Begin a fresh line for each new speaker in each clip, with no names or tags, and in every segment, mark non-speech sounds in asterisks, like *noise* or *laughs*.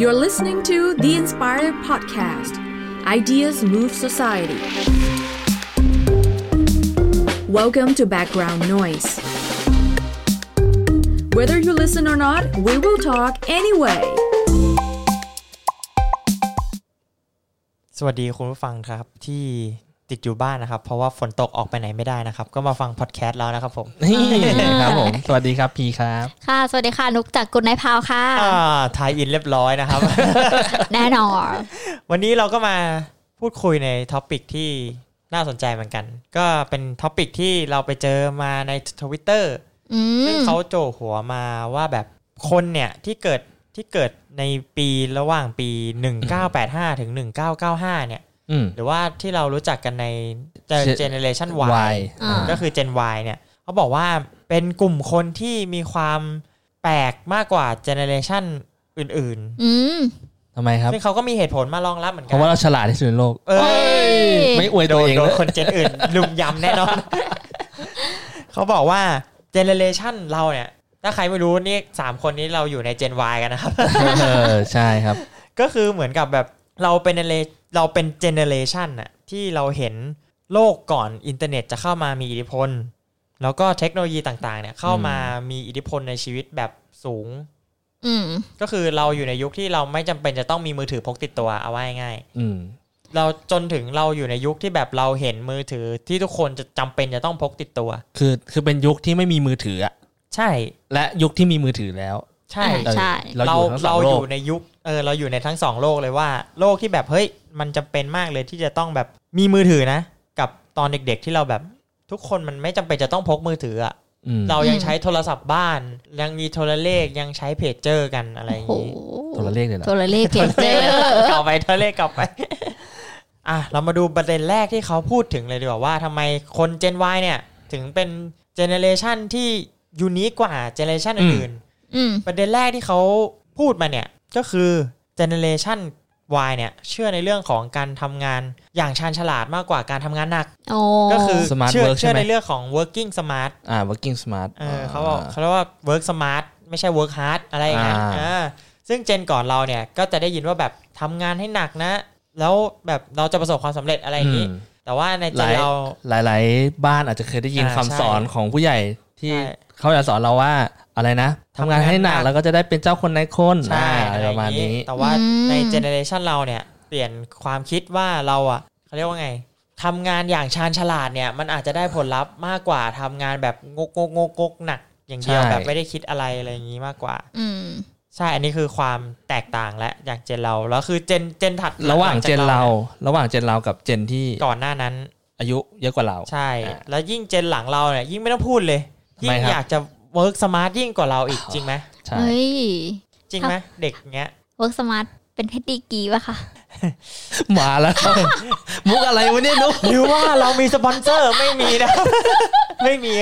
You're listening to The Inspire Podcast Ideas Move Society. Welcome to Background Noise. Whether you listen or not, we will talk anyway.
สวัสดีคุณผู้ฟังครับที่ติดอยู่บ้านนะครับ เพราะว่าฝนตกออกไปไหนไม่ได้นะครับ ก็มาฟังพอดแคสต์แล้วนะครับผม
นี่ครับผม สวัสดีครับพีครับ
ค่ะ สวัสดีค่ะ นุกจากกุนายพาวค่ะ
อ่าทายอินเรียบร้อยนะครับ *laughs*
แน่นอน
วันนี้เราก็มาพูดคุยในท็อปิกที่น่าสนใจเหมือนกัน ก็เป็นท็อปิกที่เราไปเจอมาในทวิตเตอร์
อื
ซึ่ง
ม
เขาโจหัวมาว่าแบบคนเนี่ยที่เกิดที่เกิดในปีระหว่างปี 1985 ถึง 1995 เนี่ย
อืม
หรือว่าที่เรารู้จักกันในเจเนเรชัน
Y
Y
อ่า
ก็คือ Gen Y เนี่ยเขาบอกว่าเป็นกลุ่มคนที่มีความแปลกมากกว่าเจเนเรชันอื่น
อืม
ทำไมครับ
ๆ ซึ่งเขาก็มีเหตุผลมารองรับเหมือน
เพ
กั
ราะว่าเราฉลาดที่สุดในโลก
เอ้ย
ไม่อวย
โด
ตัวน เอง
โด
เล
น
ย
คนเจน
*laughs*
อื่น ลุมยำแน่นอน *laughs* เขาบอกว่าเจเนเรชันเราเนี่ย ถ้าใครไม่รู้นี่สามคนนี้เราอยู่ใน Gen Y กันนะครับ
เออใช่ครับ
ก็คือเหมือนกับแบบเราเป็นเรเราเป็นเจเนเรชันน่ะที่เราเห็นโลกก่อนอินเทอร์เน็ตจะเข้ามามีอิทธิพล แล้วก็เทคโนโลยีต่างๆเนี่ยเข้ามามีอิทธิพลในชีวิตแบบสูง
อืม
ก็คือเราอยู่ในยุคที่เราไม่จำเป็นจะต้องมีมือถือพกติดตัวเอาไว้ง่าย
อืม
ๆเราจนถึงเราอยู่ในยุคที่แบบเราเห็นมือถือที่ทุกคนจะจำเป็นจะต้องพกติดตัว
คือคือเป็นยุคที่ไม่มีมือถืออะ
ใช่
และยุคที่มีมือถือแล้ว
ใช่
อ่า ใช่
เรา
เราเรา
อยู่ทั้งสองโล
อก ยู่ในยุคเออเราอยู่ในทั้งสองโลกเลยว่า โลกที่แบบเฮ้ยมันจำเป็นมากเลยที่จะต้องแบบมีมือถือนะ กับตอนเด็กๆที่เราแบบทุกคนมันไม่จำเป็นจะต้องพกมือถืออะ
อืม
เรายังใช้โทรศัพท์บ้าน ยังมีโทรเลขยังใช้เพจเจอร์กันอะไรอย่าง
โอ้
นี้
โทรเลขเลยเหรอ
ตัวเลขเพียง *laughs* เจอ
*laughs*
เก่าไปโทรเลขเก่าไป *laughs* อ่ะเรามาดูประเด็นแรกที่เขาพูดถึงเลยดีกว่าว่าทำไมคนเจน Y เนี่ย ถึงเป็นเจเนเรชันที่ยูนิคกว่าเจเนเรชันอื่นๆ
อืม
ประเด็นแรกที่เขาพูดมาเนี่ย ก็คือเจเนเรชัน Y เนี่ย เชื่อในเรื่องของการทำงานอย่างชาญฉลาดมากกว่าการทำงานหนัก
โอ้
ก็คือ
สมาร์ท
เชื่อ
เวิร์กใช่
เชื่อ
ไหม
ในเรื่องของ working smart
อ่า working smart
เออเขาบอกเขาเรียกว่า work smart ไม่ใช่ work hard อะไรอย่างนั้น
อ่า
เออซึ่งเจนก่อนเราเนี่ย ก็จะได้ยินว่าแบบทำงานให้หนักนะ แล้วแบบเราจะประสบความสำเร็จอะไรอย่างนี้
อืม
แต่ว่าในเจ
หลาน ย
เรา
หลาย ๆ บ้านอาจจะเคยได้ยิน
อ่า
คำสอน
ใช่
ของผู้ใหญ่ที่
ใช่
เขาจะสอนเราว่าอะไรนะทำงา
ทำงา
น
น
ให้หนั
หนั
ก
ก
แล้วก็จะได้เป็นเจ้าคนนายคน
ใช่
อ่า
อะ
อะไร ไร
อย่า
ประ
ง
มาณ
นี้
นี้
แต่ว่า
อืม
ในเจเนเรชันเราเนี่ย เปลี่ยนความคิดว่าเราอ่ะเขาเรียกว่าไงทำงานอย่างชาญฉลาดเนี่ย มันอาจจะได้ผลลัพธ์มากกว่าทำงานแบบงกงกงกงกหนัก อย่างเดียว
ใช่
แบบไม่ได้คิดอะไรอะไรอย่างนี้มากกว่า
อืม
ใช่อันนี้คือความแตกต่างและอย่างเจนเราแล้วคือเจนเจนถัด
ระหว่าง
จ
เจนเรา ระหว่างเจนเรากับเจนที่
ก่อนหน้านั้น
อายุเยอะกว่าเรา
ใช่
อ่า
แล้วยิ่งเจนหลังเราเนี่ยยิ่งไม่ต้องพูดเลย ยิ่ง
ทำไมครับ
อยากจะเวิร์กสมาร์ทยิ่งกว่าเราอีกจริงไหม
ใช่
เฮ้ย
จริงไหมเด็กเงี้ย
เวิร์กสมาร์ทเป็นเพชรดีกรีป่ะคะ
มาแล้ว *laughs* ครับ มุกอะไรวะเนี่ยนุก
หรือว่าเรามีสปอนเซอร์ไม่มีนะ *laughs* ไม่มี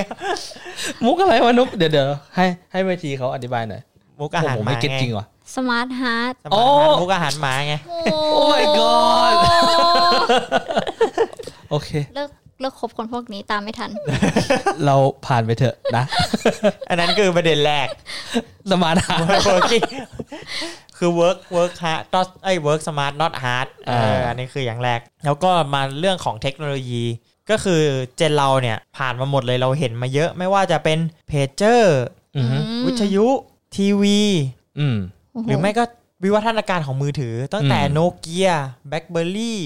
*laughs* มุกอะไรวะนุกเดี๋ยวเดี๋ยวให้ให้เวทีเขาอธิบายหน่อย
มุกอาหาร
ผม
หมา
ไม่เก็ต
ไง
จริงว่ะ
สมาร์ทฮาร์ด
สมัย
โอ้
นั้นมุกอาหารหมาไง
โอ้
my god โอเค
*laughs* เลิกเลิกคบคนพวกนี้ตามไม่ทัน
เราผ่านไปเถอะนะ *laughs*
อันนั้นคือประเด็นแรก *laughs*
สมาธิ
working คือ work work hard not ไอ้ work smart not hard เออ
อ่า
อันนี้คืออย่างแรก แล้วก็มาเรื่องของเทคโนโลยี ก็คือเจนเราเนี่ย ผ่านมาหมดเลยเราเห็นมาเยอะ ไม่ว่าจะเป็นเพจเจอร์
อืม
วิทยุ ทีวี
อืม
โโ
หรือไม่ก็วิวัฒนาการของมือถือ ตั้งแต่
อืม
โนเกียแบล็คเบอร์รี่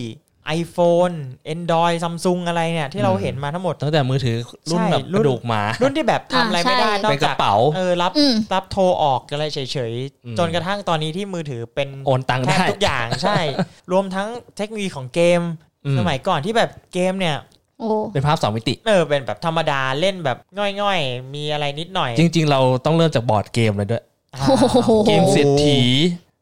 ไอโฟนแอนดรอยซัมซุงอะไรเนี่ย ที่เรา
อืม
เห็นมาทั้งหมด
ตั้งแต่มือถือรุ่น
ใช่
แบบ
รุ่
ก
น
ระดูกหมา
รุ่นที่แบบทำอะไร
อ่าใช่
ไม่ได้นอ
เป็
ก
นก
จา
ระ
ก
เป๋า
เออรับ
อืม
รับโทรออกอะไรเฉย
อืม
ๆ จนกระทั่งตอนนี้ที่มือถือเป็น
โอนตังค์
แทบ
ได้
ทุกอย่างใช่
*laughs*
รวมทั้งเทคโนโลยีของเกม
อืม
สมัยก่อนที่แบบเกมเนี่ย
โอ้
เป็นภาพสองมิติ
เออเป็นแบบธรรมดาเล่นแบบง่อยๆ มีอะไรนิดหน่อย
จริง ๆ เราต้องเริ่มจากบอร์ดเกมเลยด้วย
อ่า
เกมเศรษฐี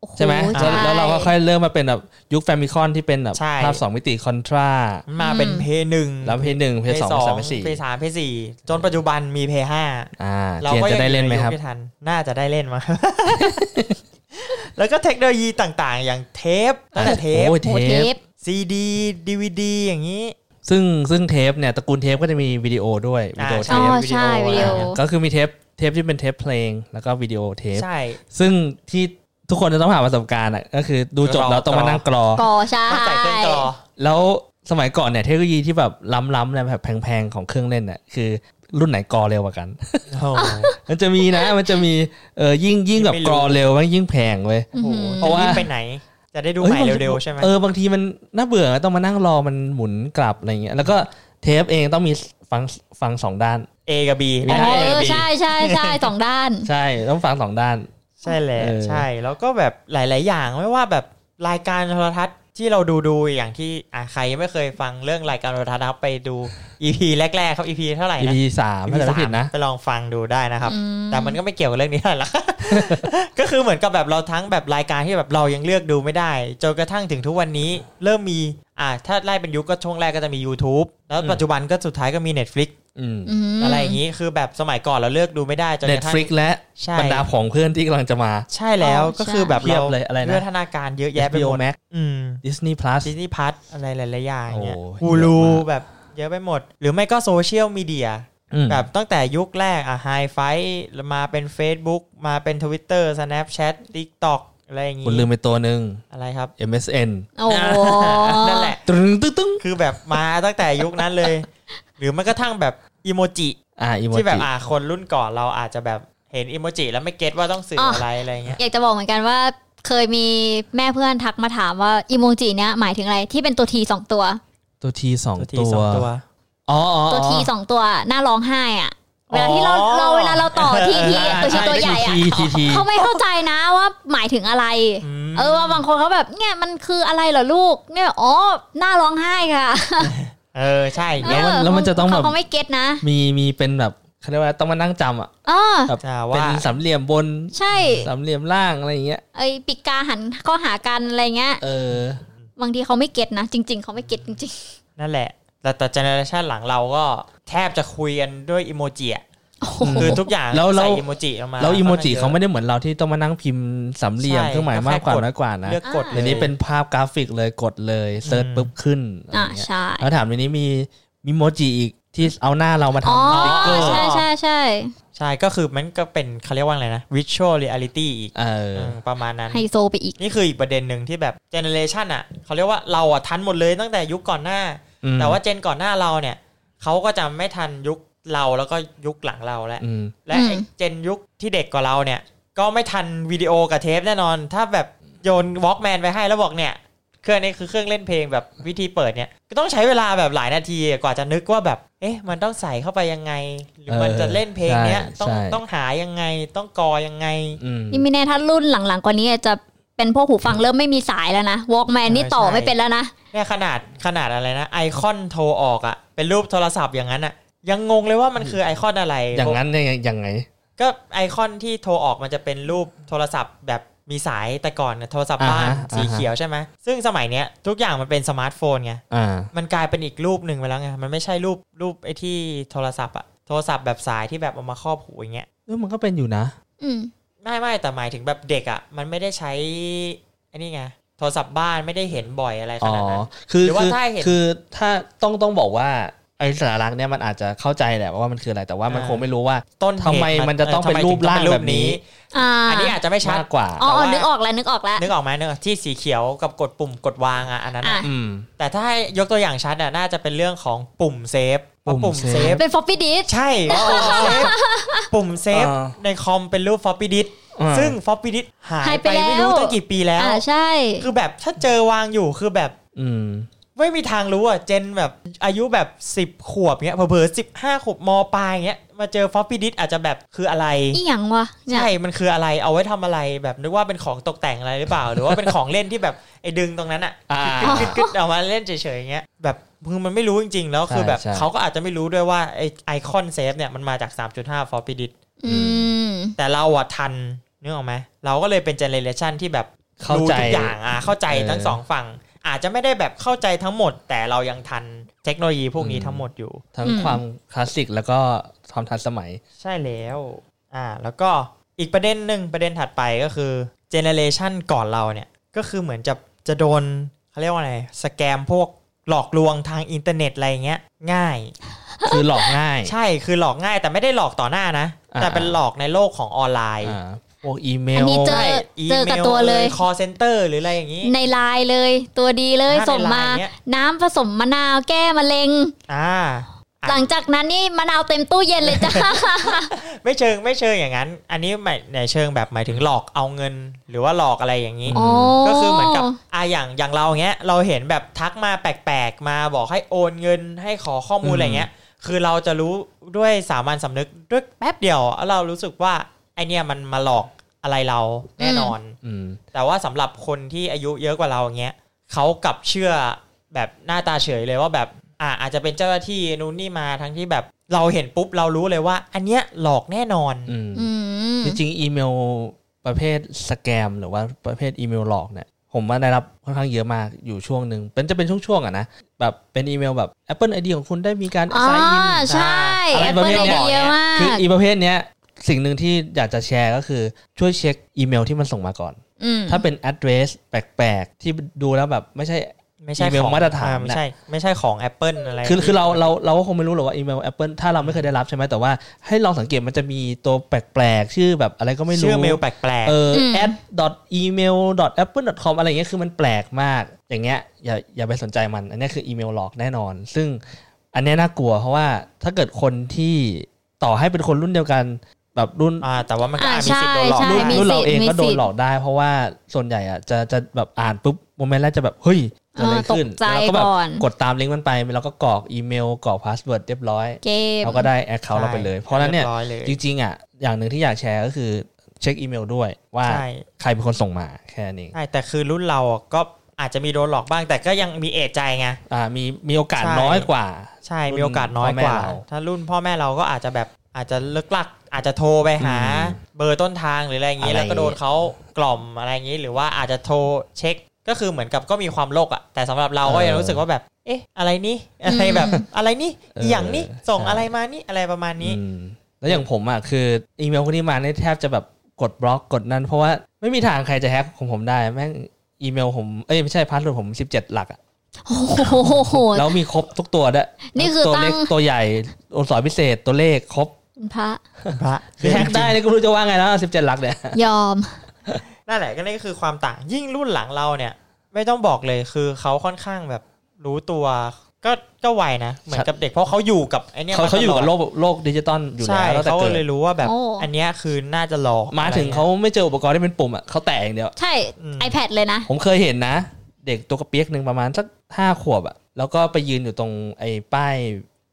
โอ้โ
ใช่ไหม
ใช่
แล้วแล้วเราก็ค่อยเริ่มมาเป็นแบบยุคแฟมิคอนที่เป็นแบบ
ใช่
ภาพสองมิติคอนทรา
มันมาเป็น
อืม
เพย์หนึ่ง
แล้วเพย์หนึ่งเพย์สองเพย์สามเพย์สี่
เพย์สามเพย์สี่จนปัจจุบันมีเพย์ห้า
อ่า
เรา
เทียน
ก็
จะ
ยัง
ได้เล่นไหมครับ
อยู่ใยุคที่ทันน่าจะได้เล่นมา *laughs* แล้วก็เทคโนโลยีต่างๆ อย่างเทปตั้งแต่เทป
โอ้ยเท
โอ้เท
ป
ป
ซีดีดีวีดีอย่างนี้
ซึ่งซึ่งเทปเนี่ยตระกูลเทปก็จะมีวิดีโอด้วยวิดีโอ
อ่า
เท
ใช่
ป
อ๋อใช่วิดีโอ
ก็คือมีเทปเทปที่เป็นเทปเพลงแล้วก็วิดีโอเทป
ใช่
ซึ่งที่ ทุกคนจะต้องผ่านประสบการณ์อ่ะก็คือดูจบแล้วต้องมานั่งกรอ
ก่อใช่
ต้องใส่เครื่องกรอ
แล้วสมัยก่อนเนี่ยเทคโนโลยีที่แบบล้ำๆเนี่ยแบบแพงๆของเครื่องเล่นน่ะคือรุ่นไหนกรอเร็วกว่ากัน
*laughs* โอ้โห
มันจะมีนะมันจะมีเออยิ่งยิ่งแบบ
ไม่รู้
กรอเร็วมันยิ่งแพงเว้ย
อื้อหือ
เพราะว่าไปไหน จะได้ดูใหม่
อ้ยบางที
เร็วๆใช่ไหม
เออบางทีมันน่าเบื่อต้องมานั่งรอมันหมุนกลับอะไรเงี้ยแล้วก็เทปเองต้องมีฟังฟังสองด้าน
เอกับบี
มี
อ๋
หน้า A
อเอ
กับ
อ
B
ใช่ใช่ใช่สองด้าน
ใช่ต้องฟังสองด้าน
ใช่แหละ
เออ
ใช่แล้วก็แบบหลาย ๆ อย่างไม่ว่าแบบรายการโทรทัศน์ที่เราดูดูอย่างที่อ่ะใครยังไม่เคยฟังเรื่องรายการโทรทัศน์นะครับไปดู EP แรก ๆ ครับ EP เท่าไหร่นะ
EP สามถ้า
EP
จำไม่ผิดนะ
ไปลองฟังดูได้นะครับ
อืม
แต่มันก็ไม่เกี่ยวกับเรื่อง *laughs* นี้เท่าไหร่ละ ก็คือเหมือนกับแบบเราทั้งแบบรายการที่แบบเรายังเลือกดูไม่ได้จนกระทั่งถึงทุกวันนี้ เริ่มมีอ่าถ้าไล่เป็นยุคก็ช่วงแรกก็จะมี YouTube แล้ว
อืม
ปัจจุบันก็สุดท้ายก็มี Netflix
อืม
ม
อะไรอย่างนี้คือแบบสมัยก่อนเราเลือกดูไม่ได้จนกระทั่ง
Netflix และ
ใช่
บรรดาของเพื่อนที่กำลังจะมา
ใช่แล้วก็คือแบบ
เพียบเลยอะไรนะ
เลื่อนธนาการเยอะแยะไปห
HBO
มด
Max
อืม
Disney Plus
ดิสนีย์พัทอะไรหลายๆอย่างเงี้ย
โอ้โห
ฮูลู
เยอะมาก
แบบเยอะไปหมด หรือไม่ก็โซเชียลมีเดีย
อืม
แบบตั้งแต่ยุคแรกอะไฮไฟมาเป็น Facebook มาเป็น Twitter Snapchat TikTok อะไรอย่างงี้
คุณลืมไปตัวหนึ่ง
อะไรครับ
MSN
โอ้โห
นั่นแหละ
ตึ้งตึ้งตึ้ง
คือแบบมาตั้งแต่ยุคนั้นเลย *laughs* หรือมันกระทั่งแบบอีโมจิ
อ่าอีโม
ที่แบ
จิ
บอ่าคนรุ่นก่อนเราอาจจะแบบเห็นอีโมจิแล้วไม่เก็ตว่าต้องสื่ออะไรอะไรเงี้ย
อยากจะบอกเหมือนกันว่า เคยมีแม่เพื่อนทักมาถามว่าอีโมจิเนี้ยหมายถึงอะไรที่เป็นตัวทีสองตัว
ตัวทีสอง
ตัวที
ตัว
สองตัว
อ๋ออ๋อ
ตัวทีสองตัวน่าร้องไห้อ่ะ
อ๋อ
เวลาที่เราเราเวลาเราต่อทีที
อ่า
ตัวที
ช่
ตัวใหญ่อ่ะ
ทีทีที
เขาไม่เข้าใจนะว่าหมายถึงอะไร
ม
เออว่าบางคนเขาแบบเนี่ยมันคืออะไรเหรอลูก เนี่ยอ๋อหน้าร้องไห้ค่ะ
เออใช่อย่าง
แล้
เงี้
วยมัน
เ
แล้วมันจะต้องแบบ
เขาไม่เก็ตนะ
มีมีเป็นแบบเขาเรียกว่าต้องมานั่งจำอ่ะ
เออ
แบบ
จะ
เป็
ว่าน
สามเหลี่ยมบน
ใช่
สามเหลี่ยมล่างอะไรอย่างเงี้ย
ไอปิกกาหันเข้อหากันอะไรเงี้ย
เออ
บางทีเขาไม่เก็ตนะ จริง ๆ เขาไม่เก็ตจริง
นั่นแหละ แต่แต่เจเนอเรชันหลังเราก็แทบจะคุยกันด้วยอีโมจิอะ
ๆ โอ้โห
ม
คือทุกอย่าง
แล้วแล้ว
ใส่อีโมจิออกมา
แล้วอีโมจิเขาไม่ได้เหมือนเราที่ต้องมานั่งพิมพ์สามเหลี่ยม
ใช่
เครื่องหมายมากกว่า
ก็แค่กด
น้อยกว่านะ
เลือกกดล
เดี๋ยวนี้เป็นภาพกราฟิกเลยกดเลยเซิร์ช
อืม
ปุ๊บขึ้นอะไร
อ่ะ
เงี้ย
ใช่
แล้วถามเดี๋ยวนี้มีมีโมจิอีกที่เอาหน้าเรามาทำ
อ๋อ
สติ๊กเกอร์
ใช่ใช่ใช่
ใช่ก็คือมันก็เป็นเขาเรียกว่าอะไรนะ virtual reality อีก
เออ
มประมาณนั้น
ไฮโซไปอีก
นี่คืออีกประเด็นหนึ่งที่แบบเจเนเรชันอ่ะเขาเรียกว่าเราอ่ะทันหมดเลยตั้งแต่ยุคก่อนหน้า
อืม
แต่ว่าเจนก่อนหน้าเราเนี่ยเขาก็จะไม่ทันยุคเราแล้วก็ยุคหลังเราแล้ว
อืม
และไอ้
อืม
เจนยุคที่เด็กกว่าเราเนี่ย ก็ไม่ทันวิดีโอกับเทปแน่นอน ถ้าแบบโยนวอล์กแมนไปให้แล้วบอกเนี่ย เครื่องนี้คือเครื่องเล่นเพลงแบบวิธีเปิดเนี่ยก็ต้องใช้เวลาแบบหลายนาทีกว่าจะนึกว่าแบบ เอ๊ะ มันต้องใส่เข้าไปยังไง หรือมันจะเล่นเพลงเนี้ย
เออ
ต้อ
ใช่
ง
ใช่
ต้องหายังไงต้องกอยังไง
อืม
นี่ไม่แน่ถ้ารุ่นหลังๆ กว่านี้จะเป็นพวกหูฟังเริ่มไม่มีสายแล้วนะวอล์กแมนนี่ต่อ
ใช่
ไม่เป็นแล้วนะ
เนี่ยขนาดขนาดอะไรนะ ไอคอนโทรออกอะ่ะ เป็นรูปโทรศัพท์อย่างนั้นอะ่ะ ยังงงเลยว่ามันคือไอคอนอะไร
อย่างนั้นเนี่ยยังไง
ก็ไอคอนที่โทรออกมันจะเป็นรูปโทรศัพท์แบบมีสายแต่ก่อนเนี่ยโทรศัพท์บ้าน
อ่าฮะ
สีเขียวใช่ไหมซึ่งสมัยเนี้ยทุกอย่างมันเป็นสมาร์ทโฟนไง
อ่า
มันกลายเป็นอีกรูปหนึ่งไปแล้วไงมันไม่ใช่รูปรูปไอที่โทรศัพท์อะโทรศัพท์แบบสายที่แบบเอามาครอบหูอย่างเงี้ย
แล้วมันก็เป็นอยู่นะ
อืม
ไม่ไม่แต่หมายถึงแบบเด็กอะมันไม่ได้ใช้ไอันนี้ไงโทรศัพท์บ้านไม่ได้เห็นบ่อยอะไรข
อ๋อ
นาดนั้น
คือ
หรือว่า
คือ
ถ้าเห็น
คือถ้าต้องต้องบอกว่าไอ้สารักษณ์เนี่ยมันอาจจะเข้าใจแหละว่ามันคืออะไรแต่ว่ามัน
อ่า
คงไม่รู้ว่า
ต้นเหตุ
ทำไมมันจะต้องเป็นรูปร่างแบบนี้
อ่า
อันนี้อาจจะไม่ชัด
มากกว่า
อ๋อ
แต่
อ๋อ
ว่านึ
นึกออกแล้ว
นึ
นึกออกแล้ว
กออกไหมนึกออกที่สีเขียวกับกดปุ่มกดวางอ่ะอันนั้นอะ
อ่ะ
อืม
แต่ถ้าให้ยกตัวอย่างชัดอ่ะน่าจะเป็นเรื่องของปุ่มเซฟเพราะ
ปุ่
ปุ่ม
ม
เซ
เซ
ฟ
ฟ
เป็นฟอปปี้ดิส
ใช่ว่าปุ่มเซฟปุ่มเซฟ
อ่า
ในคอมเป็นรูปฟอปปี้ดิส
อ่า
ซึ่งฟอปปี้ดิสหายไปไม่รู้ตั้งกี่ปีแล้ว
อ่าใช่
คือแบบถ้าเจอวางอยู่คือแบบ
อืม
ไม่มีทางรู้อ่ะเจนแบบอายุแบบ 10 ขวบเงี้ยเผลอๆสิบห้าขวบมปลายเงี้ยมาเจอฟอปปี้ดิสอาจจะแบบคืออะไร
อีหยังวะเนี่ย
ใช่ มันคืออะไร เอาไว้ทำอะไร แบบนึกว่าเป็นของตกแต่งอะไรหรือเป
*laughs*
ล่า หรือว่าเป็นของเล่นที่แบบไอ้ดึงตรงนั้นอะ
อ่า
่ะกึดๆเอามาเล่นเฉยๆอย่างเงี้ย แบบคือมันไม่รู้จริงๆ แล้วคือแบบ
ใช่ใช่
เขาก็อาจจะไม่รู้ด้วยว่าไอไอคอนเซฟเนี่ยมันมาจาก 3.5 ฟอร์ปิดิต
อืม
แต่เราอะทันนึกออกไหม เราก็เลยเป็นเจเนเรชันที่แบบ
เข้า
รู้
ใจ
ทุกอย่างอ่ะเข้าใจทั้ง
เออ
สองฝั่ง อาจจะไม่ได้แบบเข้าใจทั้งหมด แต่เรายังทันเทคโนโลยีพวกนี้ทั้งหมดอยู่
ทั้ง
อืม
ความคลาสสิกแล้วก็ความทันสมัย
ใช่แล้ว อ่า แล้วก็อีกประเด็นหนึ่งประเด็นถัดไปก็คือเจเนเรชันก่อนเราเนี่ย ก็คือเหมือนจะจะโดนเขาเรียกว่าอะไรสแกมพวกหลอกลวงทางอินเทอร์เน็ตอะไรเงี้ย ง่าย
คือหลอกง่าย
ใช่คือหลอกง่ายแต่ไม่ได้หลอกต่อหน้านะ
อ่า
แต่เป็นหลอกในโลกของออนไลน์
อ่า พวกอีเม
อั
ล
นนี้เจอ
ใช่
เจอกับตัวเลย
คอเซ็นเตอร์หรืออะไรอย่างนี้
ในไลน์เลย ตัวดีเลย
ถ้าใน
ส่งมา
ไลน์เนี้ย
น้ำผสมมะนาวแก้มะเร็ง
อ่า อ่ะ
หลังจากนั้นนี่มะนาวเต็มตู้เย็นเลยจ้า
ไม่เชิงไม่เชิงอย่างนั้น อันนี้หมายในเชิงแบบหมายถึงหลอกเอาเงิน หรือว่าหลอกอะไรอย่างนี้
อ๋อ
ก็คือเหมือนกับอ่าอย่างอย่างเราอย่างเงี้ย เราเห็นแบบทักมาแปลกๆ มาบอกให้โอนเงินให้ขอข้อมูลอะไรเงี้ย คือเราจะรู้ด้วยสามัญสำนึกด้วยแป๊บเดียวแล้วเรารู้สึกว่าไอเนี่ยมันมาหลอกอะไรเราแน่นอน
อืม
แต่ว่าสำหรับคนที่อายุเยอะกว่าเราอย่างเงี้ยเขากลับเชื่อแบบหน้าตาเฉยเลยว่าแบบอ่าอาจจะเป็นเจ้าหน้าที่นู่นนี่มาทั้งที่แบบเราเห็นปุ๊บเรารู้เลยว่า อันเนี้ยหลอกแน่นอน
อืม
อืม
จริงๆอีเมลประเภทสแกม หรือว่าประเภทอีเมลหลอกเนี่ย ผมว่าได้รับค่อนข้างเยอะมากอยู่ช่วงหนึ่งเป็นจะเป็นช่วงๆอ่ะนะแบบเป็นอีเมลแบบ Apple ID ของคุณได้มีการ
อ๋อ
sign in
ใช่
อะไร
แอป
ประเภ
เปิ
ท
ลไอ
เนี้ย
เดียมาก
คืออีประเภทเนี้ยสิ่งหนึ่งที่อยากจะแชร์ก็คือช่วยเช็คอีเมลที่มันส่งมาก่อน
ม
ถ้าเป็น address แปลกๆ ที่ดูแล้วแบบไม่ใช่
ไม่ใช่
อีเมล
ของ
มาตรฐาน
อ่ไม่ใช่ ไม่ใช่ของ Apple อะไร
คือคือเราเราเราก็คงไม่รู้หรอกว่าอีเมล Apple ถ้าเราไม่เคยได้รับใช่ไหมแต่ว่าให้ลองสังเกตมันจะมีตัวแปลกๆ ชื่อแบบอะไรก็ไม่รู้
ชื่อเมลแปลก
เออ add email apple com อะไรอย่างเงี้ยคือมันแปลกมาก อย่างเงี้ยอย่าอย่าไปสนใจมัน อันเนี้ยคืออีเมลหลอกแน่นอน ซึ่งอันเนี้ยน่ากลัวเพราะว่าถ้าเกิดคนที่ต่อให้เป็นคนรุ่นเดียวกันแบบรุ่น
ๆอ่าแต่ว่ามันก็
อ่า
อาจมี
ใช่
สิทธิ์โดนหลอก
ใช่
ได้
มี
รุ่น
สิ
เรา
ทธิ์
เอง
มี
ก็โด
สิ
น
ทธิ์
หลอกได้เพราะว่าส่วนใหญ่อะจะจะแบบอ่านปุ๊บโมเมนต์แรกจะแบบเฮ้ยเกิดอะไรขึ้น
เออตกใจ
แล้วก็แบบ
ก่อน
กดตามลิงก์มันไปแล้วก็กรอกอีเมลกรอกพาสเวิร์ดเรียบร้อย
เกม
เราก็ได้แอคเคาท์เราไปเลย เพราะฉะนั้นเนี่ย
รีบร้อล
จริงๆอ่ะอย่างหนึ่งที่อยากแชร์ก็คือเช็คอีเมลด้วยว่า
ใช่
ใครเป็นคนส่งมาแค่นั้นเอง
ใช่แต่คือรุ่นเราอ่ะก็อาจจะมีโดนหลอกบ้าง แต่ก็ยังมีเอะใจไง
อ่ามีมีโอกาส
ใช่
น้อยกว่า
ใช่
รุ่น
มีโอกาสน้อยกว่า
พ่อแม่เรา
ถ้ารุ่นพ่อแม่เราก็อาจจะแบบอาจจะเลิกลัก อาจจะโทรไปหา
อืม
เบอร์ต้นทางหรืออะไรอย่างนี้
อะไร
แล้วก็โดนเขากล่อมอะไรอย่างนี้ หรือว่าอาจจะโทรเช็คก็คือเหมือนกับก็มีความโลกอะแต่สำหรับเราก็ยังรู้สึกว่าแบบ เอ๊ะ อะไรนี่อะไรแบบอะไรนี่อหย่างนี้ส่งอะไรมานี่อะไรประมาณนี้
อืมแล้วอย่างผมอ่ะคืออีเมลคนที่มาเนี่ยแทบจะแบบกดบล็อกกดนั่นเพราะว่าไม่มีทางใครจะแฮ็กของผมได้แม่งอีเมลผมเอ้ยไม่ใช่พาสเวิร์ดผม 17 หลักอะ
โอ้โห
แล้วมีครบทุกตัวด้วย
นี่คือ
ตัวเล็ก
ตั้ง
ตัวใหญ่อสอยพิเศษตัวเลขครบ
พระ
พระ
คือแฮกได้นี่ก็ไม่รู้จะว่าไงแล้วสิบเจ็ดหลักเนี่ย
ยอม
นั่นแหละก็นี่คือความต่างยิ่งรุ่นหลังเราเนี่ย ไม่ต้องบอกเลยคือเขาค่อนข้างแบบรู้ตัว ก็ก็ไวนะเหมือนกับเด็กเพราะเขาอยู่กับไอเนี่ย
เขา
ม
เขาอยู่
ตล
กับ
ด
โลกโลกดิจิตอลอยู่แล้ว
ใช่
ตั้งแต่
เขาก็
เกิด
เลยรู้ว่าแบบ
โอ้
อันเนี้ยคือน่าจะหลอก
มาถึงเขา
อะไร
ไม่เจออุปกรณ์ที่เป็นปุ่มอ่ะเขาแตะอย่างเดียว
ใช่
อืม
iPad เลยนะ
ผมเคยเห็นนะ เด็กตัวกระเปียกหนึ่งประมาณสักห้าขวบอ่ะแล้วก็ไปยืนอยู่ตรงไอ้ป้าย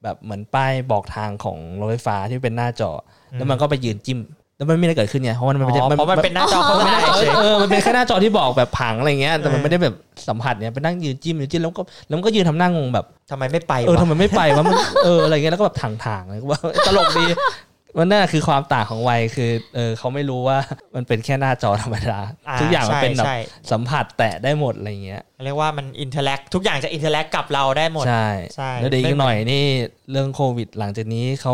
แบบเหมือนป้ายบอกทางของรถไฟฟ้าที่เป็นหน้าจออ
ม
แล้วมันก็ไปยืนจิ้ม แล้วมันไม่มีอะไรเกิดขึ้นไงเพราะมัน
เงี้ย
เป็น
อ๋อเพราะมันเป็นหน้าจอเขา
มัน
ได้
ไม่ได้
เฉย
เออมันเป็นแค่หน้าจอที่บอกแบบผังอะไรเงี้ยแต่มัน
เออ
ไม่ได้แบบสัมผัสเนี่ยไปนั่งยืนจิ้มยืนจิ้มแล้วก็แล้วมันก็ยืนทำหน้างงแบบ
ทำไมไม่ไป
เออ
วะ
ทำไมไม่ไปวะมัน เอออะไรเงี้ยแล้วก็แบบถางๆเลยว่า ตลก
*laughs*
ดี มันน่าคือความต่างของวัยคือเออเขาไม่รู้ว่า มันเป็นแค่หน้าจอธรรมดาทุกอย่างมันเป็นแบบ
ใช่
สัมผัสแตะได้หมดอะไรเงี้ย
ใช่เรียกว่ามันอินเทอร์แทุกอย่างจะอินเทอร์แกับเราได้หมด
ใช่
ใช่
แล้วเดี๋ยวอี
ไม่
กหน่อยนี่เรื่องโควิด หลังจากนี้เขา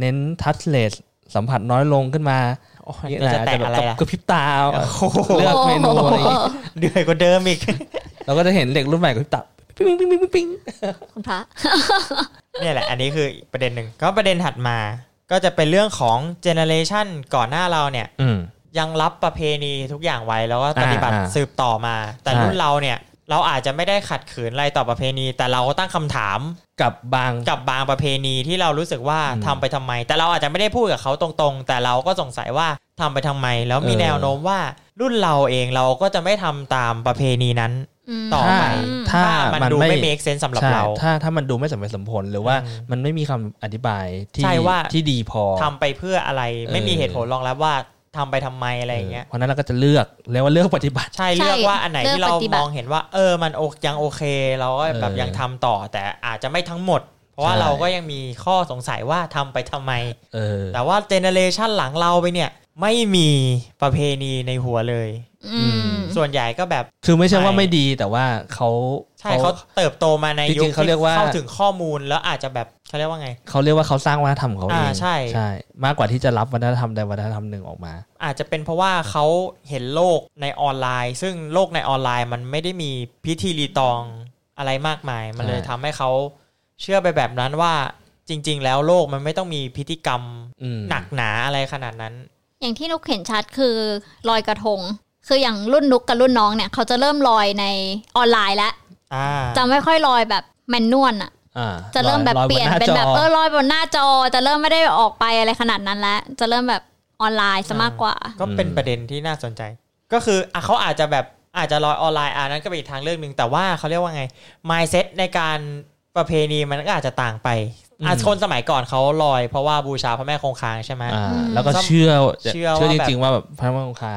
เน้นทัชเลสสัมผัสน้อยลงขึ้นมา
โอ้ย
นี่
เดี๋ยวจะแตะอะไรล่ะ
กระพริบตาเอา
โอ้โห
เลือกเมนูอะไรอย่างเงี้ย
เหนื่อยกว่าเดิมอีก *laughs*
เราก็จะเห็นเด็กรุ่นใหม่กระพริบตาปิ๊งปิ๊งปิ๊งปิ๊งปิ๊ง
คุณพระ
เนี่ยแหละ อันนี้คืออีกประเด็นหนึ่งก็ประเด็นถัดมา ก็จะเป็นเรื่องของเจเนเรชันก่อนหน้าเราเนี่ย ยังรับประเพณีทุกอย่างไว้แล้วก็ปฏิบัติ
อ่าอ่า
สืบต่อมา แต่
ใช่
รุ่นเราเนี่ยเราอาจจะไม่ได้ขัดขืนอะไรต่อประเพณี แต่เราก็ตั้งคำถาม
กับบาง
กับบางประเพณีที่เรารู้สึกว่า
อืม
ทำไปทำไม แต่เราอาจจะไม่ได้พูดกับเขาตรงๆ แต่เราก็สงสัยว่าทำไปทำไม แล้วมี
เออ
แนวโน้มว่ารุ่นเราเองเราก็จะไม่ทำตามประเพณีนั้น
ม
ต่อไป
ถ้า
มัน
มัน
ดู
ไม่
ไม่ make sense สำหรับ
ใช่
เรา
ถ้าถ้ามันดูไม่สมเหตุสมผลหรือว่า
อืม
มันไม่มีคำอธิบายที่
ใช่ว่า
ที่ดีพอ
ทำไปเพื่ออะไรไม่มี
เออ
เหตุผลรองรับว่าทำไปทำไมอะไรอย่างเงี้ย
เพราะฉะนั้นเราก็จะเลือกเรียกว่าเลือกปฏิบัติ
ใช่
ใช่
เลือกว่าอันไหน
เลื
ที่
อก
เรา
ปฏิบัติ
มองเห็นว่า เออมันโอเคยังโอเค เราก็แบบ
เออ
ยังทำต่อ แต่อาจจะไม่ทั้งหมด เพราะว่า
ใช่
เราก็ยังมีข้อสงสัยว่าทำไปทำไม
เออ
แต่ว่าเจเนเรชันหลังเราไปเนี่ยไม่มีประเพณีในหัวเลย
อืม
ส่วนใหญ่ก็แบบ
คือไม่ใช่ว่า
ใช่
ไม่ดีแต่ว่าเขา
ใช่เขาเติบโตมาในยุค
จริงๆเขาเรียกว่า
ที่เข้าถึงข้อมูลแล้วอาจจะแบบเขาเรียกว่าไง
เขาเรียกว่าเขาสร้างวัฒนธรรมของเขาเอง
อ่าใช่
ใช่ มากกว่าที่จะรับวัฒนธรรมใดวัฒนธรรมหนึ่งออกมา
อาจจะเป็นเพราะว่าเขาเห็นโลกในออนไลน์ ซึ่งโลกในออนไลน์มันไม่ได้มีพิธีรีตองอะไรมากมาย มันเลย
ใช่
ทำให้เขาเชื่อไปแบบนั้นว่าจริง ๆ แล้วโลกมันไม่ต้องมีพิธีกรรม
อืม
หนักหนาอะไรขนาดนั้น
อย่างที่นุกเห็นชัดคือลอยกระทง คืออย่างรุ่นนุกกับรุ่นน้องเนี่ยเขาจะเริ่มลอยในออนไลน์แล้ว
อ่า
จะไม่ค่อยลอยแบบแมนนวลอ่ะ
อ่า
จะเริ่มแบบ
อยอย
เปลี่ยน
หา
เป็นแบบ
จอ
เออลอยบนหน้าจอจะเริ่มไม่ได้ออกไปอะไรขนาดนั้นแล้ว จะเริ่มแบบออนไลน์ซะมากกว่า
ก็เป็นประเด็นที่น่าสนใจ ก็คืออ่ะเขาอาจจะแบบอาจจะลอยออนไลน์อ่านั้นก็เป็นอีกทางเรื่องหนึ่งแต่ว่าเขาเรียกว่าไง mindset ในการประเพณีมันก็อาจจะต่างไปอ่ะคนสมัยก่อนเขาลอยเพราะว่าบูชาพระแม่คงคางใช่ไหม
อ่า
อืม
แล้วก็เชื่อ
เชื่อ
เชื่อ
ว่า
จ
แบบ
ริงๆว่าแบบพระมงคา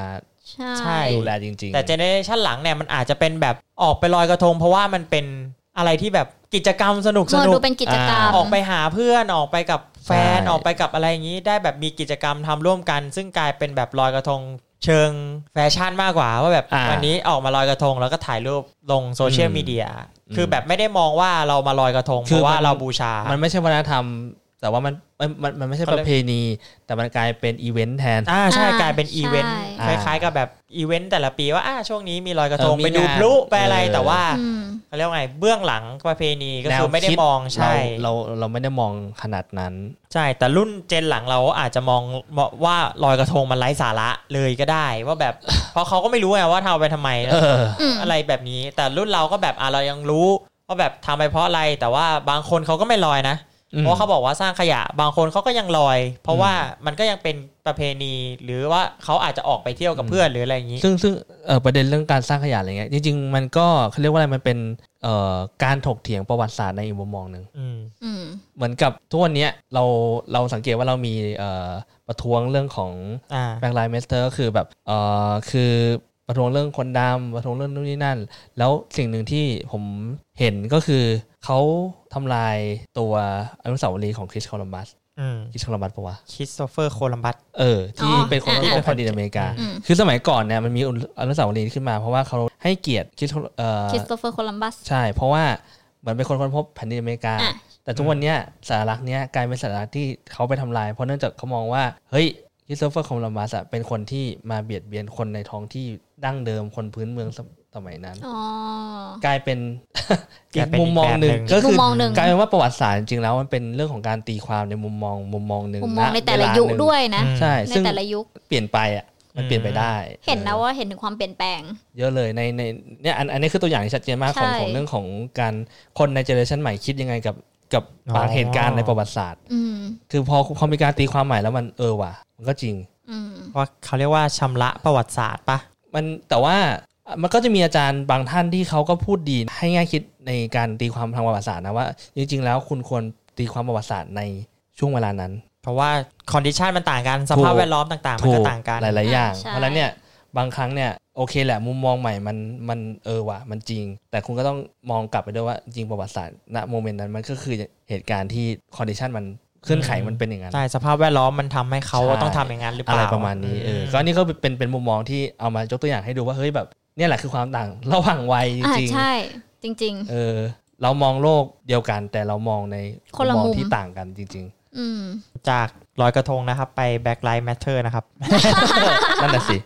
ใช่
ใช่
ดูแลจริงๆ
แต่เจเนเรชันหลังเนี่ยมันอาจจะเป็นแบบออกไปลอยกระทง เพราะว่ามันเป็นอะไรที่แบบกิจกรรมสนุกส
เมื่อ
นุ
ดู
ก
เป็นกิจกรรม
ออกไปหาเพื่อนออกไปกับแฟนออกไปกับอะไรอย่างนี้ ได้แบบมีกิจกรรมทำร่วมกัน ซึ่งกลายเป็นแบบลอยกระทง เชิงแฟชั่นมากกว่าว่าแบบ
า
วันนี้ออกมาลอยกระทง แล้วก็ถ่ายรูปลงโซเชียล
อืม
มีเดีย
อืม
คือแบบไม่ได้มองว่าเรามาลอยกระทง
คื
เพ
อ
ราะว่า
มัน
เราบูชา
มันไม่ใช่วัฒนธรรม แต่ว่ามันเอ้ยมันมันไม่ใช่
เขา
ป
เรียก
ระเพณี แต่มันกลายเป็นอีเวนต์แทน
อ่าใช่
อ่าก
ลายเป็นอีเวนต์
ใช่
คล้ายๆกับแบบอีเวนต์แต่ละปีว่าอ่าช่วงนี้มีลอยกระทง
เออมี
ไปดู
งาน
พลุไปอะไร
เออ
แต่ว่า
อืม
เขาเรียกว่าไงเบื้องหลังประเพณีก็
แนว
คือไม่ได้
คิ
มองใช่
เราเราเราไม่ได้มองขนาดนั้น
ใช่แต่รุ่นเจนหลังเราอาจจะมองว่าลอยกระทงมันไร้สาระเลยก็ได้ว่าแบบ *coughs* เพราะเขาก็ไม่รู้ไงว่าทำไปทำไม
เออ
อืม
อะไรแบบนี้ แต่รุ่นเราก็แบบอ่ะเรายังรู้ว่าแบบทำไปเพราะอะไรแต่ว่าบางคนเขาก็ไม่ลอยนะ
อืม
เพราะเขาบอกว่าสร้างขยะบางคนเขาก็ยังลอย เพราะว่ามันก็ยังเป็นประเพณี หรือว่าเขาอาจจะออกไปเที่ยวกับ
อืม
เพื่อนหรืออะไรอย่างนี้
ซึ่งซึ่งเอ่อประเด็นเรื่องการสร้างขยะอะไรเงี้ยจริง ๆ มันก็เขาเรียกว่าอะไรมันเป็นเอ่อการถกเถียงประวัติศาสตร์ในอีกมุมมองหนึ่ง
อืม
อืม
เหมือนกับทุกวันเนี้ยเราเราสังเกตว่าเรามีเอ่อประท้วงเรื่องของ
อ่า
แบงค์ไลน์เมสเตอร์ก็คือแบบเอ่อคือประท้วงเรื่องคนดำประท้วงเรื่องนู่นนี่นั่น แล้วสิ่งหนึ่งที่ผมเห็นก็คือเขาทำลายตัวอนุสาวรีย์ของคริสโคลัมบัส
อืม
คริสโคลัมบัสปะวะ
คริสโตเฟอร์โคลัมบัส
เออ ที่
อ๋อ
เป็นคน
อ่ะ
เป็นคนดีในอเมริกา
อืม
คือสมัยก่อนเนี่ยมันมีอนุสาวรีย์ขึ้นมาเพราะว่าเขาให้เกียรติคริสโตเอ่อ
คริสโตเฟอร์โคลัมบัส
ใช่ เพราะว่าเหมือนเป็นคนค้นพบแผ่นดินอเมริกา
อ่ะ
แต่ทุกวันเนี้ยสารลักษณ์เนี้ยกลายเป็นสารลักษณ์ที่เขาไปทำลาย เพราะเนื่องจากเขามองว่า เฮ้ยคริสโตเฟอร์โคลัมบัสอะเป็นคนที่มาเบียดเบียนคนในท้องที่ดั้งเดิมคนพื้นเมืองสมัยนั้น
อ๋อ
กลายเป็น
ก
อี
ลาย
ก
เป็นอีก
มุมมองหนึ่ง
แบบหนึ่ง
ก็คื
มุมมองหนึ่ง
กลายเป็นว่าประวัติศาสตร์จริงๆแล้วมันเป็นเรื่องของการตีความในมุมมองมุมมองหนึ่ง
มุมมอง
ณ
ในแต่ละ
เา
ยุค
หนึ่ง
ด้วยนะ
ใช่
ใน
ซึ่ง
แต่ละยุค
เปลี่ยนไปอ่ะมันเปลี่ยนไปได้
เห็นนะ
ออ
ว่าเห็นถึงความเปลี่ยนแปลง
เยอะเลยในในเนี่ยอันอันนี้คือตัวอย่างที่ชัดเจนมากของ
ใช่
ของเรื่องของการคนในเจเนอเรชันใหม่คิดยังไงกับกับบาง
อ๋อ
เหตุการณ์ในประวัติศาสตร์
อืม
คือพอพอมีการตีความใหม่แล้วมันเออว่ะ มันก็จริง
อืม
ว่าเขาเรียกว่าชำระประวัติศาสตร์ปะ
มันแต่ว่ามันก็จะมีอาจารย์บางท่านที่เขาก็พูดดีให้ง่ายคิดในการตีความทางประวัติศาสตร์นะว่า จริง ๆ แล้วคุณควรตีความประวัติศาสตร์ในช่วงเวลานั้น
เพราะว่าคอนดิชันมันต่างกันสภาพ
ถูก
แวดล้อมต่างๆ มัน
ถู
ก็
ก
ต่างกัน
หลาย ๆ อย่าง
อ่าใช่
เพราะฉะนั้นเนี่ยบางครั้งเนี่ยโอเคแหละมุมมองใหม่มันมันเออว่ะมันจริง แต่คุณก็ต้องมองกลับไปด้วยว่าจริงประวัติศาสตร์ณโมเมนต์นั้นมันก็คือเหตุการณ์ที่คอนดิชันมันเคลื่อนไข
อืม
มันเป็นอย่างนั้น
ใช่สภาพแวดล้อมมันทำให้เขา
ใช่
ต้องทำอย่างนั้นหรือเป
อะไร
ล่า
ประมาณนี้เออก็นี่ก็เป็นเป็นมุมมองที่เอามายกตัวอย่างให้ดูว่าเฮ้ยแบบเนี่ยแหละคือความต่างระหว่างวัยจ
อ่า
ริง
ใช่ จริง
ๆเออเรามองโลกเดียวกันแต่เรามองใน
คนละ
มมอ
มุ
ง
ม
ที่ต่างกันจริง
ๆ อืม
จากลอยกระทงนะครับ ไป Black Lives Matter นะครับ *laughs*
ๆ นั่นแหละสิ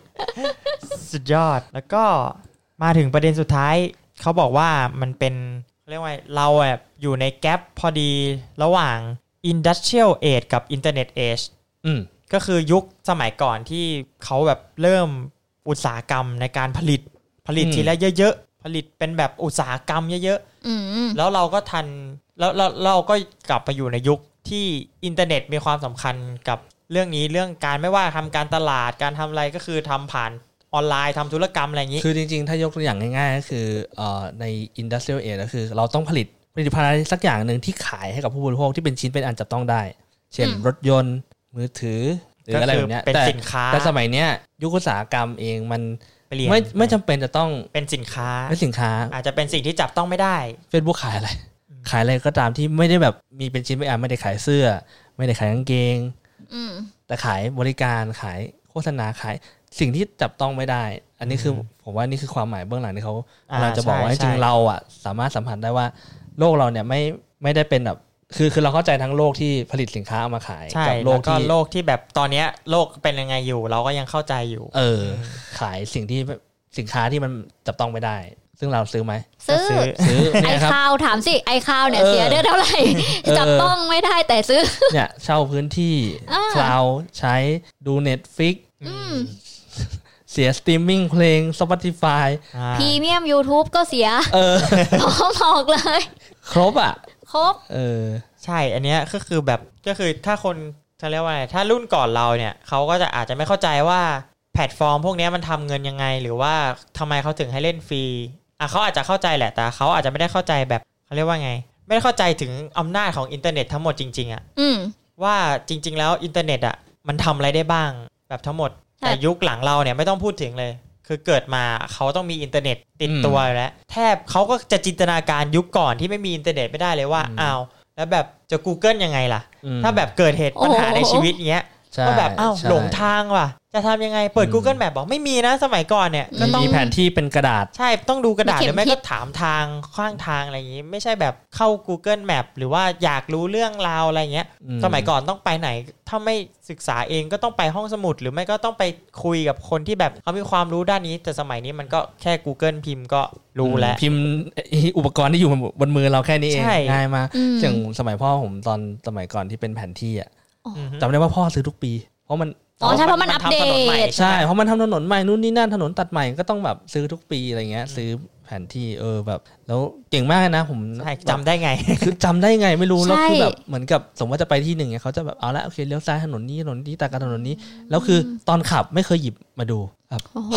สุดยอดแล้วก็มาถึงประเด็นสุดท้าย เขาบอกว่ามันเป็นเรียกว่าเราแบบอยู่ในแกลบพอดีระหว่าง Industrial Age กับ Internet Age
อืม
ก็คือยุคสมัยก่อนที่เขาแบบเริ่มอุตสาหกรรมในการผลิตผลิตทีละเยอะๆ ผลิตเป็นแบบอุตสาหกรรมเยอะ
อืม
ๆ แล้วเราก็ทันแล้วเราเราก็กลับไปอยู่ในยุคที่อินเทอร์เน็ตมีความสำคัญกับเรื่องนี้เรื่องการไม่ว่าทำการตลาดการทำอะไรก็คือทำผ่านออนไลน์ทำธุรกรรมอะไรอย่างนี้
คือจริง ๆ ถ้ายกตัวอย่างง่าย ๆ ก็คือเอ่อใน industrial age ก็คือเราต้องผลิตผลิตภัณฑ์อะไรสักอย่างหนึ่งที่ขายให้กับผู้บริโภคที่เป็นชิ้นเป็นอันจับต้องได้ เช่น
อืม
รถยนต์มือถือหรือ
ก็
อะไร
คื
แบ
อบ
เนี้ย
เป็น
แต่
สินค้า
แต่สมัยเนี้ยยุคอุตสาหกรรมเองมัน
เปลี่ยน
ไม่ไม่จำเป็นจะต้อง
เป็นสินค้า
เป็นสินค้า
อาจจะเป็นสิ่งที่จับต้องไม่ได้
Facebook ขายอะไร ขายอะไรก็ตามที่ไม่ได้แบบมีเป็นชิ้นเป็นอันไม่ได้ขายเสื้อ ไม่ได้ขายกางเกง
อืม
แต่ขายบริการขายโฆษณาขายสิ่งที่จับต้องไม่ได้ อันนี้คืออผมว่านี่คือความหมายเบื้องหลังที่เขา
อ่าก
ำลังจะบอกว่า
ใช่
จริง
ใช่
ๆเราอ่ะสามารถสัมผัสได้ว่าโลกเราเนี่ยไม่ไม่ได้เป็นแบบคือคือเราเข้าใจทั้งโลกที่ผลิตสินค้าเอามาขาย
ใช่
กัโล
แล้
ก
วก็
ที่
โลกที่แบบตอนเนี้ยโลกเป็นยังไงอยู่ เราก็ยังเข้าใจอยู่
เออขายสิ่งที่สินค้าที่มันจับต้องไม่ได้ ซึ่งเราซื้อไหม
ซื้อ
ซื้อ
ไอ
เนี่ยครับ
คาวถามสิไอคาวเนี่ย
เออ
เสียเดือนเท่าไหร่
เออ
จับต้องไม่ได้แต่ซื้อ
เนี่ยเช่าพื้นที่
อ่า
คลาวใช้ดู Netflix
อืม
เสียสตรีมมิ่งเพลง Spotify
อ่า
พรีเมียม YouTube ก็เสีย *laughs*
เออ *laughs*
พร้อมออกเลย
ครบอ่ะ
ครบ
เออ
ใช่อันเนี้ยก็คือแบบก็คือถ้าคนจะเรียกว่าอะไรถ้ารุ่นก่อนเราเนี่ยเขาก็จะอาจจะไม่เข้าใจว่าแพลตฟอร์ม พวกเนี้ยมันทำเงินยังไง หรือว่าทำไมเขาถึงให้เล่นฟรีอ่ะเขาอาจจะเข้าใจแหละแต่เขาอาจจะไม่ได้เข้าใจแบบเขาเรียกว่าไง ไม่ได้เข้าใจถึงอำนาจของอินเทอร์เน็ตทั้งหมดจริงๆอะ
อืม
ว่าจริง ๆ แล้วอินเทอร์เน็ตอ่ะมันทำอะไรได้บ้างแบบทั้งหมด
ใช่
แต่ยุคหลังเราเนี่ยไม่ต้องพูดถึงเลย คือเกิดมาเขาต้องมีอินเทอร์เน็ตติดตัวอยู่แล้วแทบเขาก็จะจินตนาการยุคก่อนที่ไม่มีอินเทอร์เน็ตไม่ได้เลยว่า
อืม
อ้าวแล้วแบบจะ Google ยังไงล่ะ
อืม
ถ้าแบบเกิดเหตุปัญหาในชีวิตเงี้ย
ใช่
ก็แบบอ้าว
ใช่
หลงทางว่ะ จะทำยังไงเปิด
อืม
Google Map บอกไม่มีนะสมัยก่อนเนี่ยก็
มัน
ต้อง
มีแผนที่เป็นกระดาษ
ใช่ต้องดูกระดาษห
มีเข็ม
รือไม่
ทิ
ก็
ศ
ถามทางข้างทางอะไรอย่างงี้ ไม่ใช่แบบเข้า Google Map หรือว่าอยากรู้เรื่องราวอะไรเงี้ย
อืม
สมัยก่อนต้องไปไหน ถ้าไม่ศึกษาเองก็ต้องไปห้องสมุด หรือไม่ก็ต้องไปคุยกับคนที่แบบเขามีความรู้ด้านนี้ แต่สมัยนี้มันก็แค่ Google พิมพ์ก็รู้แล้ว
พิมพ์ *laughs* อุปกรณ์ที่อยู่บนมือเราแค่นี้เอง
ใช่
ง่ายมาก
อืม
อย่างสมัยพ่อผมตอนสมัยก่อนที่เป็นแผนที่อ่ะ
อือฮึ
จำได้ว่าพ่อซื้อทุกปี เพราะมัน
อ๋อใช่เพราะมันอัปเด
ทำถนนใหม่
ต
ใช่ เพราะมันทำถนนใหม่นู่นนี่นั่นถนนตัดใหม่ก็ต้องแบบซื้อทุกปีอะไรเงี้ย ซื้อแผนที่เออแบบ แล้วเก่งมากนะผม
ใช่จำได้ไง
คือจำได้ไงไม่รู้
ใช่
แล้วคือแบบเหมือนกับสมมติว่าจะไปที่หนึ่งเนี่ยเขาจะแบบเอาละโอเคเลี้ยวซ้ายถนนนี้ถนนนี้ตากันถนนนี้ แล้วคือตอนขับไม่เคยหยิบมาดูครับ
โอ้โห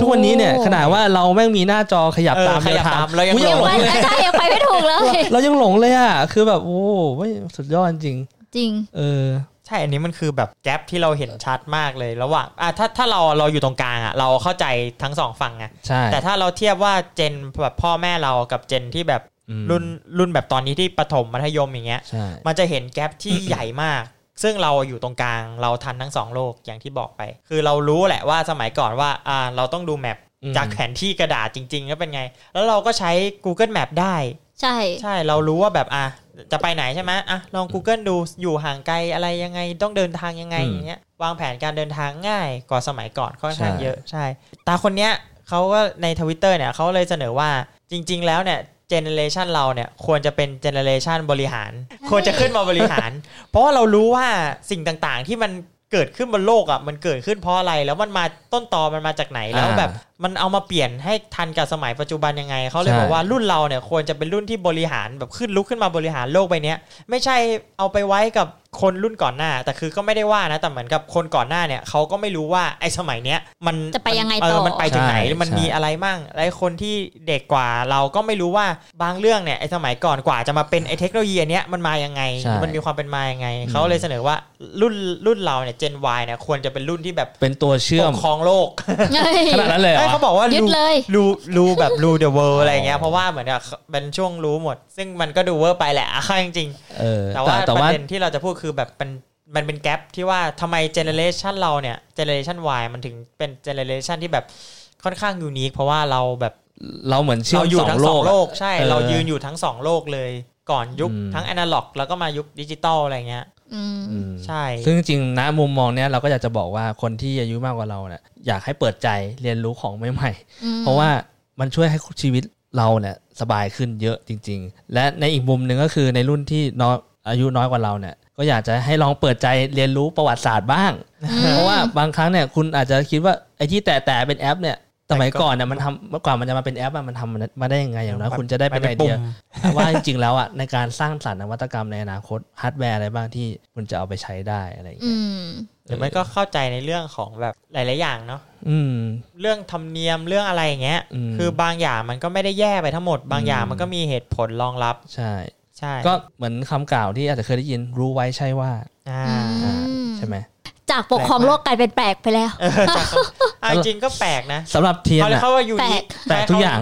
ทุกวันนี้เนี่ยขนาดว่าเราแม่งมีหน้าจอขยับ
เออ
ตาม
ขยับ
แนวท
ตามเรายัง
อุ๊
ยัง
หล
ไป
งเลย
ใช่ยังไปไม่ถูกเลย
เรายังหลงเลยอ่ะคือแบบโอ้เว้ยสุดยอดจริง
จริง
เออ
ใช่อันนี้มันคือแบบแกลบที่เราเห็นชัดมากเลยระหว่างอ่ะถ้าถ้าเราเราอยู่ตรงกลางอ่ะเราเข้าใจทั้งสองฝั่งไง
ใช่
แต่ถ้าเราเทียบว่าเจนแบบพ่อแม่เรากับเจนที่แบบ
อืม
รุ่นรุ่นแบบตอนนี้ที่ประถมมัธยมอย่างเงี้ย
ใช่
มันจะเห็นแกลบที่ ใหญ่มาก *coughs* ซึ่งเราอยู่ตรงกลาง เราทันทั้งสองโลกอย่างที่บอกไป คือเรารู้แหละว่าสมัยก่อนว่าอ่าเราต้องดูแมปจากแผนที่กระดาษจริงๆก็เป็นไง แล้วเราก็ใช้ Google Map ได้
ใช่
ใช่ เรารู้ว่าแบบอ่ะจะไปไหนใช่ไหมอ่ะลอง Google ดูอยู่ห่างไกลอะไรยังไงต้องเดินทางยังไงอย่างเงี้ยวางแผนการเดินทางง่ายกว่าสมัยก่อนค่อนข้างเยอะใช่ ตาคนเนี้ยเขาก็ในทวิตเตอร์เนี่ยเขาเลยเสนอว่าจริง ๆ แล้วเนี่ยเจเนเรชันเราเนี่ยควรจะเป็นเจเนเรชันบริหาร ควรจะขึ้นมาบริห *laughs* าร เพราะว่าเรารู้ว่าสิ่งต่างๆที่มันเกิดขึ้นบนโลกอ่ะมันเกิดขึ้นเพราะอะไรแล้วมันมาต้นตอมันมาจากไหนแล้วแบบ มันเอามาเปลี่ยนให้ทันกับสมัยปัจจุบันยังไง เขาเลยบอกว่ารุ่นเราเนี่ยควรจะเป็นรุ่นที่บริหารแบบขึ้นลุกขึ้นมาบริหารโลกใบเนี้ย ไม่ใช่เอาไปไว้กับคนรุ่นก่อนหน้า แต่คือก็ไม่ได้ว่านะแต่เหมือนกับคนก่อนหน้าเนี่ยเขาก็ไม่รู้ว่าไอ้สมัยเนี้ยมัน
จะไปยังไง
เอ
ต่
อ
อ
มันไปถึงไหนมันมีอะไรมั่งและไอ้คนที่เด็กกว่าเราก็ไม่รู้ว่าบางเรื่องเนี่ยไอ้สมัยก่อนกว่าจะมาเป็นไอ้เทคโนโลยีอันเนี้ยมันมายังไง
ใช่
มันมีความเป็นมายังไง
อืม
เขาเลยเสนอว่ารุ่นรุ่นเราเนี่ย Gen Y เนี่ยควรจะเป็นรุ่นที่แบบ
เป็นตัวเชื่อ
ป
ม
กครองโลก
เฮ้ย
ขนาดนั้นเลยเหร
เอ้ย
อ
เขาบอกว่า
ยึ
รู
ดเลย
รูรูแบบรูเดอะเวิลอะไรเงี้ย
อ๋อ
เพราะว่าเหมือนกับเป็นช่วงรู้หมด ซึ่งมันก็ดูเวอร์ไปแหละอ่ะเข้าจริง
เออ
ๆแต่
แต่
ว่า
แต่
ป
ว่า
ระเด็นที่เราจะพูดคือแบบมันมันเป็นแกลบที่ว่าทำไมเจเนเรชันเราเนี่ยเจเนเรชัน Y มันถึงเป็นเจเนเรชันที่แบบค่อนข้างยูนิคเพราะว่าเราแบบ
เราเหมือนเชื่อ
เรา
ม
อยู่
สอ
ทั้
ง
ง
โล
สอง
ก
โล
อะ
ก ใช่
เออ
เรายืนอยู่ทั้งสองโลกเลยก่อนยุค
อืม
ทั้งแอนาล็อกแล้วก็มายุคดิจิตอลอะไรเงี้ย
อืม
อืม
ใช่
ซึ่งจริงๆนะมุมมองเนี้ยเราก็อยากจะบอกว่าคนที่อายุมากกว่าเราเนี่ยอยากให้เปิดใจเรียนรู้ของใหม่
อืม
ๆ เพราะว่ามันช่วยให้ชีวิตเราเนี่ยสบายขึ้นเยอะจริง ๆ และในอีกมุมหนึ่งก็คือในรุ่นที่น้อยอายุน้อยกว่าเราเนี่ยก็อยากจะให้ลองเปิดใจเรียนรู้ประวัติศาสตร์บ้าง เพราะว่าบางครั้งเนี่ยคุณอาจจะคิดว่าไอ้ที่แต่แต่เป็นแอปเนี่ยสมัยก่อนเนี่ยมันทำเมื่อก่อนมันจะมาเป็นแอปอะมันทำมันมาได้ยังไงอย่างน้อยคุณจะได้เป็นไอเดีย
ปุ่ม
ว่าจริงๆ แล้วอ่ะในการสร้างสรรค์นวัตกรรมในอนาคตฮาร์ดแวร์อะไรบ้างที่คุณจะเอาไปใช้ได้อะไรอย่างเงี้ย
อืม
หรือไม่ก็เข้าใจในเรื่องของแบบหลาย ๆ อย่างเนาะ
อืม
เรื่องธรรมเนียมเรื่องอะไรอย่างเงี้ย
อืม
คือบางอย่างมันก็ไม่ได้แย่ไปทั้งหมด บางอย่าง
อืม
มันก็มีเหตุผลรองรับ
ใช่
ใช่
ก็เหมือนคำกล่าวที่อาจจะเคยได้ยินรู้ไว้ใช่ว่า
อ่า
อื
อ่าม ใช่ไหม
จากปกครองโลกกลายเป็นแปลกไปแล้ว
*laughs* เออจากอ่ะจริงก็แปลกนะ
สำหรับเทียน
เขาเรียก
อ่ะ
เขาว่ายู
แปล
นิ
ก
แปลกทุกอย่าง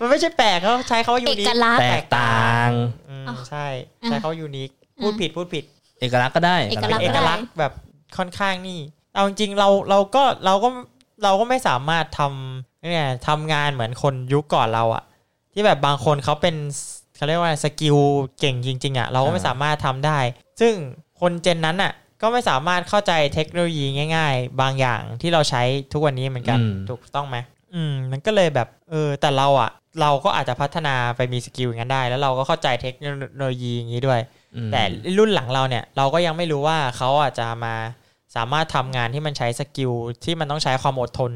มันไม่ใช่แปลกเขาใช้เขาว่ายู
เอ
นิ
กลักษณ์
แตกต่าง
อืม
อ๋อ
ใช่ใช้เขายูนิคพูดผิดพูดผิด
เอกลักษณ์ก็ได้
เอกลั
เป็น
ษณ์
เอกลักษณ์แบบค่อนข้างนี่เอาจริงๆเราเราก็เราก็เราก็ไม่สามารถทำเนี่ยทำงานเหมือนคนยุคก่อนเราอะที่แบบบางคนเขาเป็นเขาเรียกว่าสกิลเก่งจริงๆอะเราก็ไม่สามารถทำได้ ซึ่งคนเจนนั้นอะก็ไม่สามารถเข้าใจเทคโนโลยีง่าย ๆ บางอย่างที่เราใช้ทุกวันนี้เหมือนกัน
อืม
ถูกต้องไหม อืมมันก็เลยแบบเออแต่เราอะเราก็อาจจะพัฒนาไปมีสกิลอย่างนั้นได้ แล้วเราก็เข้าใจเทคโนโลยีอย่างนี้ด้วย
อืม
แต่รุ่นหลังเราเนี่ยเราก็ยังไม่รู้ว่าเขาอาจจะมาสามารถทำงานที่มันใช้สกิลที่มันต้องใช้ความอดทน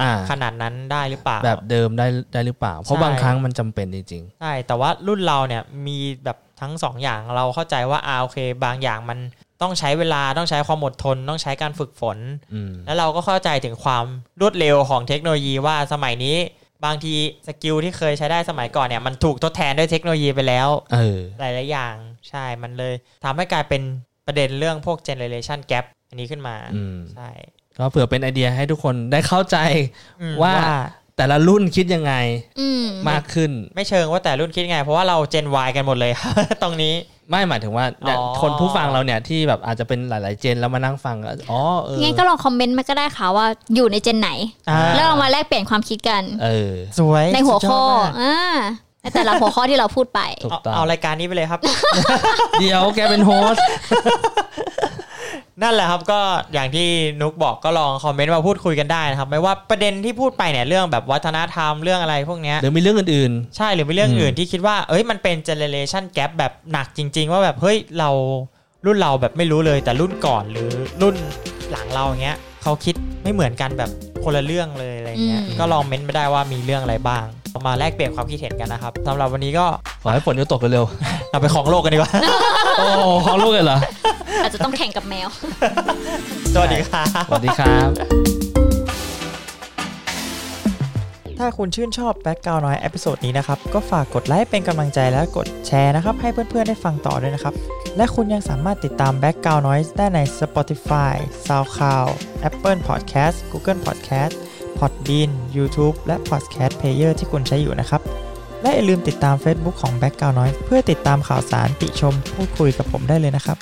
อ่า
ขนาดนั้นได้หรือเปล่า
แบบเดิมได้ได้หรือเปล่า เพราะ
ใช่
บางครั้งมันจำเป็นจริง
ใช่แต่ว่ารุ่นเราเนี่ยมีแบบทั้งสองอย่างเราเข้าใจว่าอาโอเค บางอย่างมันต้องใช้เวลาต้องใช้ความอดทน ต้องใช้การฝึกฝน
ๆ อืม
แล้วเราก็เข้าใจถึงความรวดเร็วของเทคโนโลยีว่าสมัยนี้ บางทีสกิลที่เคยใช้ได้สมัยก่อนเนี่ยมันถูกทดแทนด้วยเทคโนโลยีไปแล้ว
เออ
หลายๆอย่างใช่มันเลยทำให้กลายเป็นประเด็นเรื่องพวก generation gap อันนี้ขึ้นมา
อืม
ใช่
ก็เผื่อเป็นไอเดียให้ทุกคนได้เข้าใจ
อืม
ว่า แต่ละรุ่นคิดยังไง
อืม
มากขึ้น
ไม่เชิงว่าแต่รุ่นคิดไง เพราะว่าเรา Gen Y กันหมดเลย *laughs* ตรงนี้
ไม่หมายถึงว่าเนี่ย
อ๋อ
คนผู้ฟังเราเนี่ยที่แบบอาจจะเป็นหลาย ๆ เจนแล้วมานั่งฟังก็อ๋อเออ
งั้นก็ลองคอมเมนต์มาก็ได้ค่ะว่าอยู่ในเจนไหน
อ่า
แล้วลองมาแลกเปลี่ยนความคิดกัน
เออ
สวย
ในหัวข้อ
สุดยดมาก
อ่าในแต่ละหัวข้อที่เราพูดไป
ถูก
เอา
ต้อง
เอารายการนี้ไปเลยครับ *laughs*
เดี๋ยวแกเป็นโฮสต์
นั่นแหละครับก็อย่างที่นุกบอกก็ลองคอมเมนต์มาพูดคุยกันได้นะครับ ไม่ว่าประเด็นที่พูดไปเนี่ยเรื่องแบบวัฒนธรรมเรื่องอะไรพวกเนี้ย
หรือมีเรื่องอื่น
ใช่หรือมีเรื่อง
อืม
อื่นที่คิดว่า เอ้ยมันเป็นเจเนเรชันแกปแบบหนักจริง ๆ ว่าแบบเฮ้ยเรารุ่นเราแบบไม่รู้เลยแต่รุ่นก่อนหรือรุ่นหลังเราอย่างเงี้ยเขาคิดไม่เหมือนกันแบบคนละเรื่องเลยอะไรเงี้ย
อืม
ก็ลองเม้นต์มาได้ว่ามีเรื่องอะไรบ้างมาแลกเปลี่ยนความคิดเห็นกันนะครับสำหรับวันนี้ก็
ๆ ขอให้ฝนหยุดตกเร็ว
เราไปของโลกกันดีกว่า *laughs*
ๆ โอ้โหของลูกเลยเหรอ
อาจจะต้องแข่งกับแมว
สวัสดีครับ
สวัสดีครับ
ถ้าคุณชื่นชอบแบ็กกราวน้อยเอพิโซดนี้นะครับ ก็ฝากกดไลค์เป็นกำลังใจและกดแชร์นะครับ ให้เพื่อนๆได้ฟังต่อด้วยนะครับ และคุณยังสามารถติดตามแบ็กกราวน้อยได้ใน Spotify, SoundCloud, Apple Podcast, Google Podcast, Podbean, YouTube และ Podcast Player ที่คุณใช้อยู่นะครับ และอย่าลืมติดตาม Facebook ของ b a c k g r o u n d Noise เพื่อติดตามข่าวสารติชมพูดคุยกับผมได้เลยนะครับ